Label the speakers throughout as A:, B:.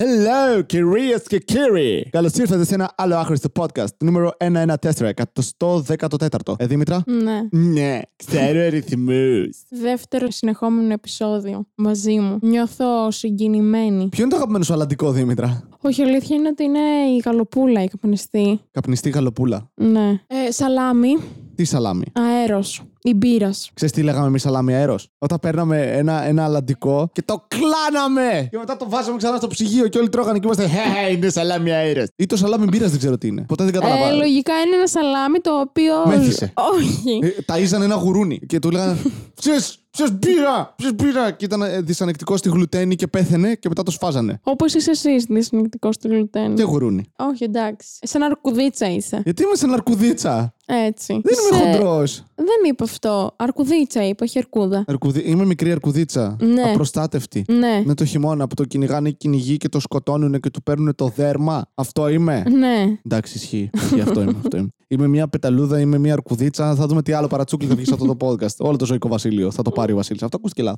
A: Hello, κυρίες και κύριοι! Καλώς ήρθατε σε ένα άλλο άχρηστο podcast, νούμερο 114, 114ο. Ε, Δήμητρα.
B: Ναι.
A: Ναι, ξέρω αριθμού.
B: Δεύτερο συνεχόμενο επεισόδιο μαζί μου. Νιώθω συγκινημένη.
A: Ποιο είναι το αγαπημένο σου αλλαντικό, Δήμητρα.
B: Όχι, η αλήθεια είναι ότι είναι η γαλοπούλα, η καπνιστή.
A: Καπνιστή γαλοπούλα.
B: Ναι. Ε, σαλάμι,
A: Τι σαλάμι.
B: αέρος, η μπύρας.
A: Ξέρεις τι λέγαμε εμείς σαλάμι αέρος. Όταν παίρναμε ένα, ένα αλλαντικό και το κλάναμε! Και μετά το βάζαμε ξανά στο ψυγείο και όλοι τρώγανε και είμαστε. Χε, είναι σαλάμι αέρο. Ή το σαλάμι μπύρας δεν ξέρω τι είναι. Ποτέ δεν
B: Ε,
A: καταλαβαίνω.
B: λογικά είναι ένα σαλάμι το οποίο.
A: Μέθησε.
B: Όχι.
A: Ε, ταΐζαν ένα γουρούνι και του λέγανε Ψες, ψες μπύρα, ψες μπύρα Και ήταν ε, δυσανεκτικός στη γλουτένη και πέθαινε και μετά το σφάζανε
B: Όπως είσαι εσύ δυσυνεκτικό του γλουτένου.
A: Τι γουρούνι
B: Όχι, εντάξει. Σαν αρκουδίτσα είσαι.
A: Γιατί είμαι σαν αρκουδίτσα
B: Έτσι.
A: Δεν είμαι
B: Σε-
A: χοντρός
B: Δεν είπα αυτό. Αρκουδίτσα είπα, όχι αρκούδα.
A: Αρκουδι... Είμαι μικρή αρκουδίτσα
B: Ναι.
A: Απροστάτευτη
B: Ναι.
A: Με το χειμώνα που το κυνηγάνε οι κυνηγοί και το σκοτώνουν και του παίρνουν το δέρμα Αυτό είμαι
B: Ναι.
A: Εντάξει, ισχύει. Ισχύει, αυτό είμαι. Αυτό είμαι. είμαι μια πεταλούδα, είμαι μια αρκουδίτσα. Θα δούμε τι άλλο παρατσούκλι θα βγει σε αυτό το podcast. Όλο το ζωικό βασίλειο. Θα το πάρει ο Βασίλης. Αυτό ακούστηκε λάθος.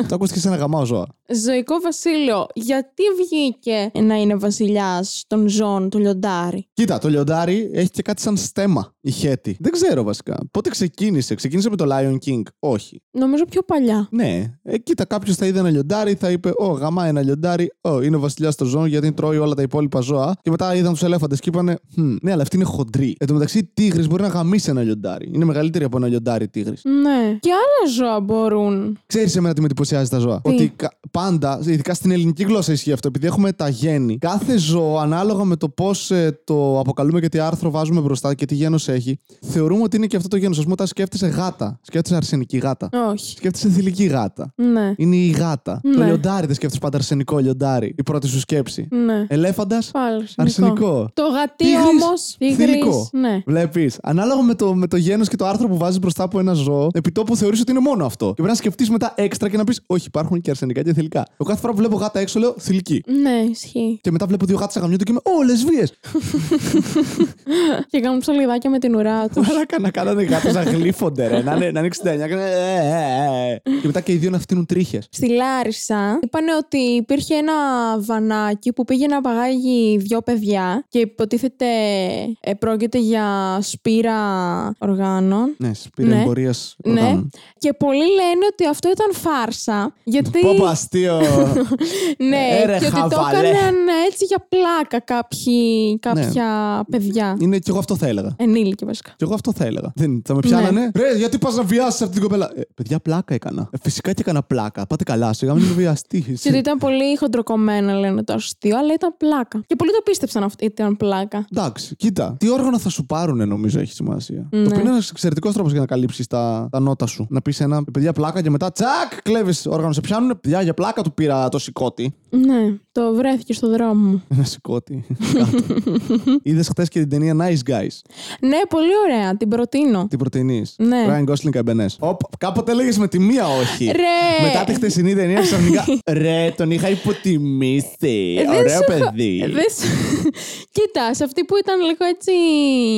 A: αυτό ακούστηκε σε ένα γαμάο ζώα.
B: Ζωικό βασίλειο, γιατί βγήκε να είναι βασιλιάς των ζώων του λιοντάρι.
A: Κοίτα, το λιοντάρι έχει και κάτι σαν στέμα η Χέτη. Δεν ξέρω βασικά. Πότε ξεκίνησε, ξεκίνησε με το Lion King. Όχι.
B: Νομίζω πιο παλιά.
A: Ναι. Ε, κοίτα, κάποιος θα είδε ένα λιοντάρι, θα είπε Ω, γαμά ένα λιοντάρι. Ω, είναι ο βασιλιάς των ζώων γιατί τρώει όλα τα υπόλοιπα ζώα. Και μετά είδαν τους ελέφαντες και είπανε «Χμ, Ναι, αλλά αυτή είναι χοντρή. Εν τω μεταξύ, τίγρης μπορεί να γαμίσει ένα λιοντάρι. Είναι μεγαλύτερη από ένα λιοντάρι τίγρης.
B: Ναι. Και άλλα ζώα μπορούν.
A: Ξέρεις εμένα τι με εντυπωσιάζει τα ζώα.
B: Τι?
A: Ότι κα- πάντα, ειδικά στην ελληνική γλώσσα ισχύει αυτό, επειδή έχουμε τα γέννη, κάθε ζώο ανάλογα με το πώς το αποκαλούμε και τι άρθρο βάζουμε μπροστά και τι γένος έχει, θεωρούμε ότι είναι και αυτό το γένος. Ας πούμε, όταν σκέφτεσαι γάτα, σκέφτεσαι αρσενική γάτα.
B: Όχι.
A: Σκέφτεσαι θηλυκή γάτα.
B: Ναι.
A: Είναι η γάτα. Το
B: Ναι.
A: λιοντάρι δεν σκέφτεσαι πάντα αρσενικό λιοντάρι. Η πρώτη σου σκέψη.
B: Ναι.
A: Ελέφαντας,
B: Πάλι αρσενικό.
A: αρσενικό.
B: Το γατί
A: Τίγρης,
B: όμως.
A: θηλυκό.
B: Ναι.
A: Βλέπεις. Ανάλογα με το, με το γένος και το άρθρο που βάζεις μπροστά από ένα ζώο, επί τόπου θεωρείς ότι είναι μόνο αυτό. Και πρέπει να σκεφτείς μετά έξτρα και να πεις: Όχι, υπάρχουν και αρσενικά και θηλυκά. Εγώ κάθε φορά που βλέπω γάτα έξω λέω θηλυκή.
B: Ναι, ισχύει.
A: Και μετά βλέπω δύο γάτες αγαμιούνται και είμαι Ω, λεσβείε!
B: Και κάνουν ψαλιδάκια με την ουρά τους.
A: Μαλάκα να κάνανε γάτε να γλύφονται, ρε. Να είναι, να είναι 69. Και, να- ε, ε, ε. και μετά και οι δύο να φτύνουν τρίχες.
B: Στη Λάρισα είπανε ότι υπήρχε ένα βανάκι που πήγε να παγάγει δυο παιδιά και υποτίθεται ε, πρόκειται για σπήρα οργάνων.
A: Ναι, πήρε
B: Ναι.
A: εμπορίας.
B: Ναι. Και πολλοί λένε ότι αυτό ήταν φάρσα. Γιατί.
A: Πόπα αστείο.
B: ναι,
A: Έρε,
B: και ότι το
A: χαβαλέ.
B: έκαναν ε, έτσι για πλάκα κάποιοι, κάποια
A: Ναι.
B: παιδιά.
A: είναι και εγώ αυτό θα έλεγα.
B: Ενήλικοι βασικά.
A: Και εγώ αυτό θα έλεγα. Δεν, θα με πιάνανε. Ναι. Ρε, γιατί πας να βιάσεις αυτή την κοπέλα. Ε, παιδιά, πλάκα έκανα. Ε, φυσικά και έκανα πλάκα. Πάτε καλά, σιγά μην με βιαστεί.
B: Και ότι ήταν πολύ χοντροκομμένα, λένε το αστείο, αλλά ήταν πλάκα. Και πολλοί το πίστεψαν ότι ήταν πλάκα.
A: Εντάξει, κοίτα. Τι όργανα θα σου πάρουν, νομίζω, έχει σημασία. Το οποίο είναι ένας εξαιρετικός τρόπος για να καλύψεις τα, τα νότα σου. Να πεις ένα «Ε, παιδιά πλάκα και μετά τσακ, κλέβεις όργανο. Σε πιάνουν, παιδιά για πλάκα του πήρα το σηκώτη.
B: Ναι, το βρέθηκε στο δρόμο μου.
A: Ένα σηκώτη. Είδες χθες και την ταινία Nice Guys.
B: Ναι, πολύ ωραία, την προτείνω.
A: Την προτείνεις.
B: Ναι.
A: Ryan Gosling καμπενέ. Κάποτε έλεγε με τη μία όχι.
B: Ρε!
A: Μετά τη χτεσινή ταινία ξαφνικά. Ρε, τον είχα υποτιμήσει.
B: Ε, Δεν
A: Ε, Ωραίο
B: σου είχα- ε,
A: παιδί.
B: δεν σου- Κοίτας, σε αυτή που ήταν λίγο έτσι.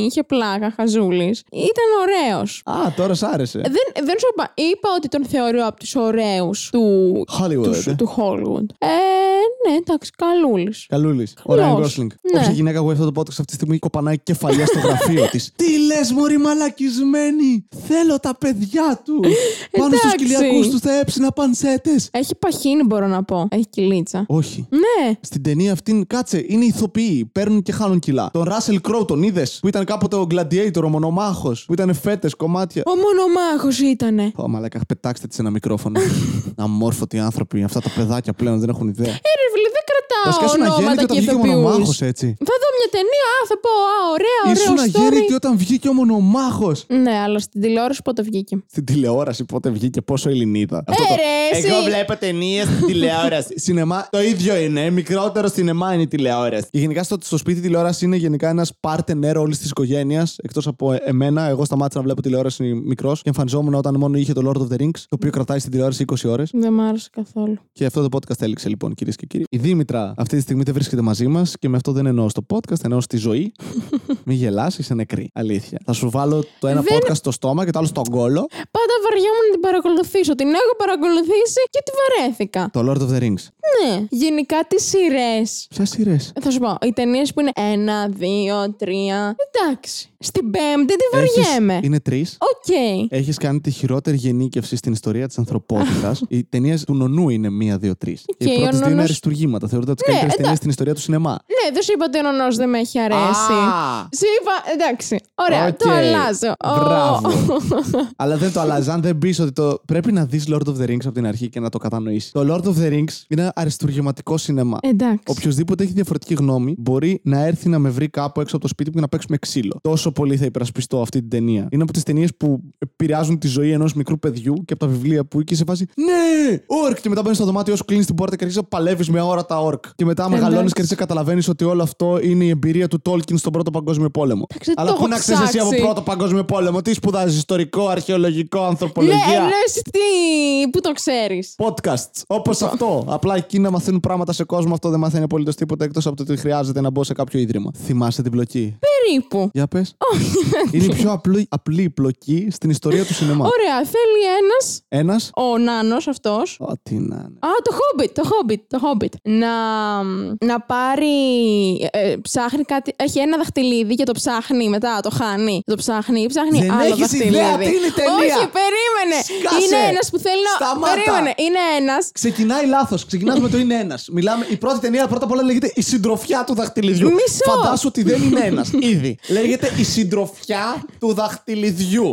B: είχε πλάκα, χαζούλης. Ήταν ωραίος.
A: Α, τώρα σ' άρεσε.
B: Δεν, δεν σου είπα, είπα ότι τον θεωρώ από τους ωραίους του
A: Hollywood, ε.
B: του, του Hollywood. Ε, ναι, εντάξει, καλούλης.
A: Καλούλης. Ο
B: Καλός.
A: Ράιν Γκόσλινγκ.
B: Ναι.
A: Όποια γυναίκα ακούει αυτό το podcast αυτή τη στιγμή κοπανάει κεφαλιά στο γραφείο της. Τι λες, Μωρή μαλακισμένη! Θέλω τα παιδιά του! Πάνω στους
B: Ε, Εντάξει.
A: κοιλιακούς τους θα έψηνα πανσέτες!
B: Έχει παχύνει, μπορώ να πω. Έχει κυλίτσα.
A: Όχι.
B: Ναι,
A: Στην ταινία αυτήν, κάτσε, είναι ηθοποιοί. Παίρνουν και χάνουν κιλά. Τον Ράσελ Κρόου τον είδες, που ήταν κάποτε ο Gladiator, ο μονομάχος, που ήταν φέτες, κομμάτια.
B: ο μονομάχος ήτανε.
A: Ω, μαλάκα, πετάξτε της ένα μικρόφωνο. Αμόρφωτοι άνθρωποι, αυτά τα παιδάκια πλέον δεν έχουν ιδέα.
B: Ε, ρε, φίλε, δεν
A: Βασικά
B: κρατάω
A: ήσουν αγέννητη
B: ονόματα και
A: όταν βγήκε ο
B: ηθοποιούς.
A: μονομάχο, έτσι.
B: Θα δω μια ταινία, α, θα πω, α, ωραία,
A: Ήσουν
B: ωραίο story.
A: αγέννητη όταν βγήκε ο μονομάχος.
B: Ναι, αλλά στην τηλεόραση πότε βγήκε.
A: Στην τηλεόραση πότε βγήκε, πόσο Ελληνίδα. Ε,
B: ρε, εσύ.
A: βλέπω ταινίες στην τηλεόραση. Σινεμά, το ίδιο είναι. Μικρότερο σινεμά είναι η τηλεόραση. Και γενικά στο, στο σπίτι η τηλεόραση είναι γενικά ένας πάρτε νερό όλης της οικογένειας. Εκτός από ε- εμένα, εγώ σταμάτησα να βλέπω τηλεόραση μικρός και εμφανιζόμουν όταν μόνο είχε το Lord of the Rings, το οποίο κρατάει στην τηλεόραση 20 ώρες.
B: Δεν μ' άρεσε καθόλου.
A: Και αυτό το podcast έληξε λοιπόν, κυρίες και κύριοι. Η Δήμητρα αυτή τη στιγμή δεν βρίσκεται μαζί μας και με αυτό δεν εννοώ στο podcast, podcast, ενώ στη ζωή. Μην γελάς, είσαι νεκρή. Αλήθεια. Θα σου βάλω το ένα
B: Δεν-
A: podcast στο στόμα και το άλλο στον κόλο.
B: Πάντα βαριόμουν να την παρακολουθήσω. Την έχω παρακολουθήσει και τη βαρέθηκα.
A: Το Lord of the Rings.
B: Ναι. Γενικά τις σειρές.
A: Ποια σειρέ.
B: Θα σου πω, οι ταινίες που είναι ένα, δύο, τρία. Εντάξει. Στην πέμπτη τη βαριέμαι.
A: Είναι τρεις.
B: Οκ.
A: Έχεις κάνει τη χειρότερη γενίκευση στην ιστορία της ανθρωπότητας. Οι ταινίες του νονού είναι μία, δύο, τρεις.
B: Και
A: Οι
B: ο
A: πρώτε δύο είναι
B: νονός-
A: αριστούργήματα. Θεωρούνται από τις
B: Ναι,
A: καλύτερες ταινίε
B: εντάξει.
A: στην ιστορία του σινεμά.
B: Ναι, δεν σου είπα ότι ο νονός δεν με έχει αρέσει.
A: Α!
B: Σου είπα, εντάξει. Ωραία,
A: Οκ.
B: το αλλάζω. Ο-
A: Μπράβο. Αλλά δεν το αλλάζει. Αν δεν πεις ότι το. Πρέπει να δεις Lord of the Rings από την αρχή και να το κατανοήσεις. Το Lord of the Rings είναι ένα αριστούργηματικό σινεμά.
B: Εντάξει.
A: Οποιοδήποτε έχει διαφορετική γνώμη μπορεί να έρθει να με βρει κάπου έξω από το σπίτι μου και να παίξουμε ξύλο. Τόσο πολύ θα υπερασπιστώ αυτή την ταινία. Είναι από τις ταινίες που επηρεάζουν τη ζωή ενός μικρού παιδιού και από τα βιβλία που είχε σε φάση. Ναι! Ορκ! Και μετά μπαίνεις στο δωμάτιο, σου κλείνεις την πόρτα και αρχίζεις να παλεύεις με αόρατα ορκ. Και μετά μεγαλώνεις και αρχίζεις να καταλαβαίνεις ότι όλο αυτό είναι η εμπειρία του Τόλκιν στον Πρώτο Παγκόσμιο Πόλεμο.
B: Εντάξει, το
A: Αλλά
B: έχω
A: πού να ξέρεις εσύ από
B: ψάξει.
A: Πρώτο Παγκόσμιο Πόλεμο, τι σπουδάζεις, ιστορικό, αρχαιολογικό,
B: Ναι,
A: ανθρωπολογία.
B: εννοείς τι, που το ξέρεις.
A: podcasts όπως αυτό. Απλά εκεί να μαθαίνουν πράγματα σε κόσμο. Αυτό δεν μαθαίνει απολύτως τίποτα εκτός από το ότι χρειάζεται να μπω σε κάποιο ίδρυμα. Θυμάσαι την πλοκή.
B: Περίπου.
A: Για πες. Είναι η πιο απλή, απλή πλοκή στην ιστορία του σινεμά.
B: Ωραία, θέλει ένας,
A: Ένας.
B: ο νάνος αυτός,
A: Ό,τι να είναι.
B: Α, το Hobbit, το Hobbit, το Hobbit. Να, να πάρει. ε, ε, ψάχνει κάτι. Έχει ένα δαχτυλίδι και το ψάχνει μετά, το χάνει. Το ψάχνει, ψάχνει
A: Δεν
B: άλλο
A: έχεις
B: δαχτυλίδι.
A: ιδέα τι είναι η ταινία.
B: Όχι, περίμενε.
A: Σκάσε.
B: Είναι ένας που θέλει να.
A: Σταμάτα.
B: Περίμενε. Είναι ένας.
A: Ξεκινάει λάθος. Ξεκινάμε με το είναι ένας. Μιλάμε. Η πρώτη ταινία πρώτα απ' όλα λέγεται Η συντροφιά του δαχτυλιδιού.
B: Μισό.
A: Φαντάσου ότι δεν είναι ένας. Ήδη. Λέγεται Η συντροφιά του δαχτυλιδιού.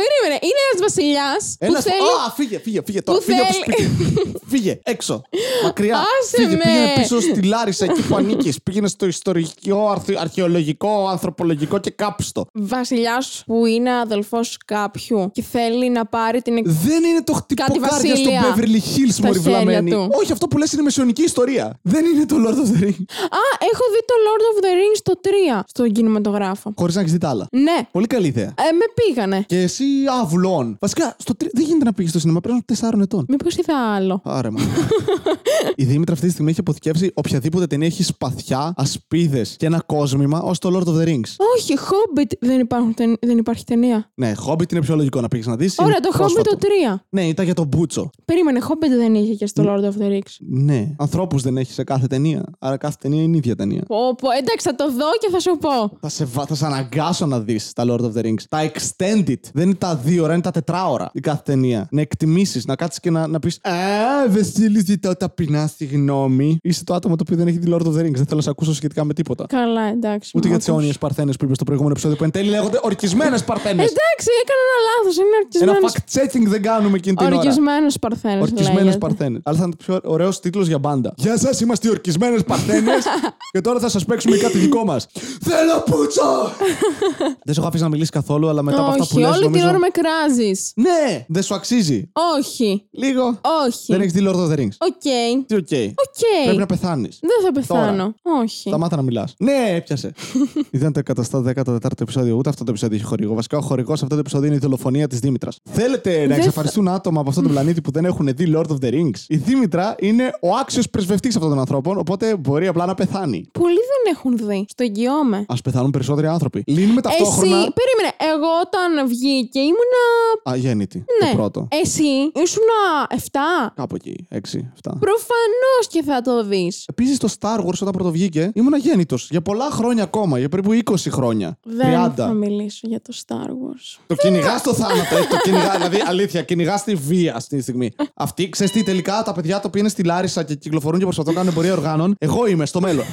B: Περίμενε. Είναι ένας βασιλιάς που
A: Ένας-
B: θέλει.
A: Α, φύγε, φύγε, φύγε τώρα.
B: που
A: Φύγε από το
B: θέλει-
A: σπίτι. φύγε, έξω. Μακριά.
B: Άσε
A: φύγε,
B: με.
A: πήγαινε πίσω στη Λάρισα, εκεί που ανήκεις. πήγαινε στο ιστορικό, αρθι- αρχαιολογικό, ανθρωπολογικό και κάπστο.
B: Βασιλιάς που είναι αδελφός κάποιου και θέλει να πάρει την. εκ-
A: Δεν είναι το χτυποκάρδια στο
B: βασίλεια.
A: Beverly Hills,
B: Στα
A: μωρή
B: χέρια
A: βλαμμένη.
B: του.
A: Όχι, αυτό που λες είναι μεσαιωνική ιστορία. Δεν είναι το Lord of the Rings.
B: Α, έχω δει το Lord of the Rings το 3 στον κινηματογράφο.
A: Χωρίς να έχεις δει τα άλλα.
B: Ναι.
A: Πολύ καλή ιδέα.
B: Ε, με πήγανε.
A: Και εσύ αυλών. Βασικά, στο τρι- δεν γίνεται να πήγες στο σινεμά πριν από 4 ετών.
B: Μήπως είδα άλλο.
A: Άρα, μα. η Δήμητρα αυτή τη στιγμή έχει αποθηκεύσει οποιαδήποτε ταινία έχει σπαθιά, ασπίδες και ένα κόσμημα ως το Lord of the Rings.
B: Όχι, Hobbit δεν, υπάρχουν, τεν- δεν υπάρχει ταινία.
A: ναι, Hobbit είναι πιο λογικό να πήγες να δεις.
B: Ωραία, το Hobbit το 3.
A: Ναι, ήταν για τον Μπούτσο.
B: Περίμενε, Hobbit δεν είχε και στο Lord of the Rings.
A: Ναι. Ανθρώπους δεν έχει σε κάθε ταινία. Άρα κάθε ταινία είναι ίδια ταινία.
B: Πω, πω, εντάξει, θα το δω και θα σου πω.
A: Θα σε, βα- θα σε αναγκάσω να δεις τα Lord of the Rings. Τα extended. Δεν είναι τα δύο ώρα, είναι τα τετράωρα η κάθε ταινία. Να εκτιμήσεις, να κάτσεις και να, να πεις Α, Βεσίλη, ζητάω ταπεινά συγγνώμη. Είσαι το άτομο το οποίο δεν έχει δει Lord of the Rings. Δεν θέλω να σε ακούσω σχετικά με τίποτα.
B: Καλά, εντάξει.
A: Ούτε
B: μ'
A: για τις
B: άκουσες.
A: αιώνιες Παρθένες που είπες στο προηγούμενο επεισόδιο που εν τέλει λέγονται ορκισμένες Παρθένες.
B: Εντάξει, έκανα ένα λάθος. Είναι
A: Ένα
B: ορκισμένο.
A: fact checking δεν κάνουμε εκείνη την ώρα.
B: Ορκισμένος Παρθένα.
A: Ορκισμένε Παρθένε. Αλλά θα είναι πιο ωραίος τίτλος για μπάντα. Γεια σας, είμαστε οι Ορκισμένες Παρθένες. και τώρα θα σας παίξουμε κάτι δικό μας. Θέλω πούτσο! δεν σου έχω αφήσει να μιλήσεις καθόλου, αλλά μετά από αυτά που
B: Όχι,
A: λες.
B: όλη
A: Νομίζω...
B: την ώρα με κράζεις.
A: Ναι! Δεν σου αξίζει.
B: Όχι,
A: Λίγο.
B: όχι.
A: Δεν έχεις δει Lord of the Rings.
B: Οκ.
A: Τι οκ. Πρέπει
B: Οκ.
A: να πεθάνεις.
B: Δεν θα πεθάνω. Όχι.
A: Σταμάτα να μιλάς. Ναι, έπιασε. Ήταν το 114ο επεισόδιο. Ούτε αυτό το επεισόδιο έχει χορηγό. Βασικά, ο χορηγός σε αυτό το επεισόδιο είναι η δολοφονία της Δήμητρας. Θέλετε να
B: Δεν
A: εξαφανιστούν άτομα από αυτόν τον πλανήτη που δεν έχουν δει Lord of the Rings. Η Δήμητρα είναι ο άξιος πρεσβευτής αυτών των ανθρώπων, οπότε μπορεί απλά να πεθάνει.
B: Πολλοί δεν έχουν δει. Στο εγγυώμαι.
A: Ας πεθάνουν περισσότεροι άνθρωποι. Λύνουμε
B: Ε, Εσύ,
A: ταυτόχρονα.
B: περίμενε. Εγώ όταν βγήκε ήμουνα
A: Α, γέννητη.
B: Ναι.
A: Το πρώτο.
B: Εσύ ήσουνα 7.
A: Κάπου εκεί. 6, 7.
B: Προφανώς και θα το δεις.
A: Επίσης το Star Wars όταν πρωτοβγήκε ήμουν αγέννητο. Για πολλά χρόνια ακόμα, για περίπου 20 χρόνια. 30.
B: Δεν θα μιλήσω για το Star Wars.
A: Το κυνηγάς το θάνατο. ε, το κυνηγάς, δηλαδή, αλήθεια, κυνηγά τη βία αυτή τη στιγμή. Αυτή, ξέρεις τι, τελικά τα παιδιά τα οποία είναι στη Λάρισα και κυκλοφορούν και προσπαθούν να κάνουν εμπορία οργάνων, εγώ είμαι στο μέλλον.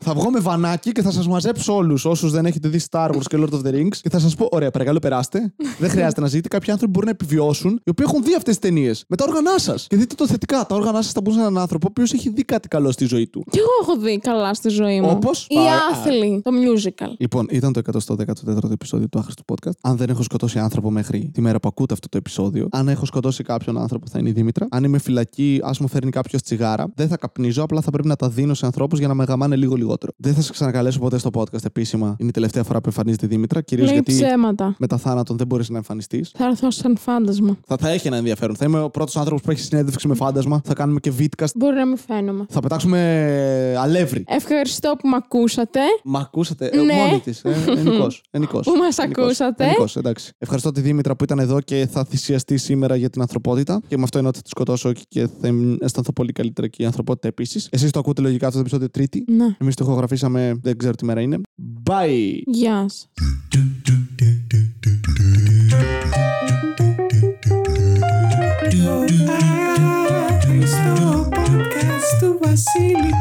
A: θα βγω με βανάκι και θα σας μαζέψω όλους όσους δεν έχετε δει Star Wars και Lord of the Rings και θα σας πω: Ωραία, παρακαλώ, περάστε. δεν χρειάζεται να ζείτε. Κάποιοι άνθρωποι μπορούν να επιβιώσουν, οι οποίοι έχουν δει αυτές τις ταινίες. Με τα όργανά σας. Και δείτε το θετικά. Τα όργανά σας θα μπουν σε έναν άνθρωπο ο οποίος έχει δει κάτι καλό στη ζωή του.
B: Κι εγώ έχω δει καλά στη ζωή μου.
A: Όπως?
B: Η
A: Πάρα-
B: άθλη, το musical.
A: Λοιπόν, ήταν το 114ο επεισόδιο του άχρηστου podcast. Αν δεν έχω σκοτώσει άνθρωπο μέχρι τη μέρα που ακούτε αυτό το επεισόδιο, αν έχω σκοτώσει κάποιον άνθρωπο θα είναι η Δήμητρα. Αν είμαι φυλακή, ας μου φέρνει κάποιος τσιγάρα, δεν θα καπνίζω, απλά θα πρέπει να τα δίνω σε ανθρώπους για να με γαμάνε λίγο λιγότερο. περισσότερο. Δεν θα σα ξανακαλέσω ποτέ στο podcast επίσημα. Είναι η τελευταία φορά που εμφανίζεται η Δήμητρα. Κυρίως
B: Λέει
A: γιατί
B: ψέματα.
A: μετά θάνατον δεν μπορείς να εμφανιστείς.
B: Θα έρθω σαν φάντασμα.
A: Θα, θα έχει ένα ενδιαφέρον. Θα είμαι ο πρώτος άνθρωπος που έχει συνέντευξη με φάντασμα. Θα κάνουμε και βίτκαστ.
B: Μπορεί να μην φαίνομαι.
A: Θα πετάξουμε αλεύρι.
B: Ευχαριστώ που με ακούσατε.
A: Μ' ακούσατε. Ε,
B: Ναι.
A: Μόνη τη. Ενικός. Ενικός.
B: Που μας ακούσατε.
A: Ενικός, εντάξει. Ευχαριστώ τη Δήμητρα που ήταν εδώ και θα θυσιαστεί σήμερα για την ανθρωπότητα. Και με αυτό εννοώ ότι θα τη σκοτώσω και θα αισθανθώ πολύ καλύτερα και η ανθρωπότητα επίσης. Εσείς το ακούτε λογικά αυτό το επεισόδιο Τρίτη.
B: Ναι.
A: Εμείς το ηχογραφήσαμε, δεν ξέρω τι μέρα είναι. Bye!
B: Γεια σας.
C: Στο podcast του Βασίλη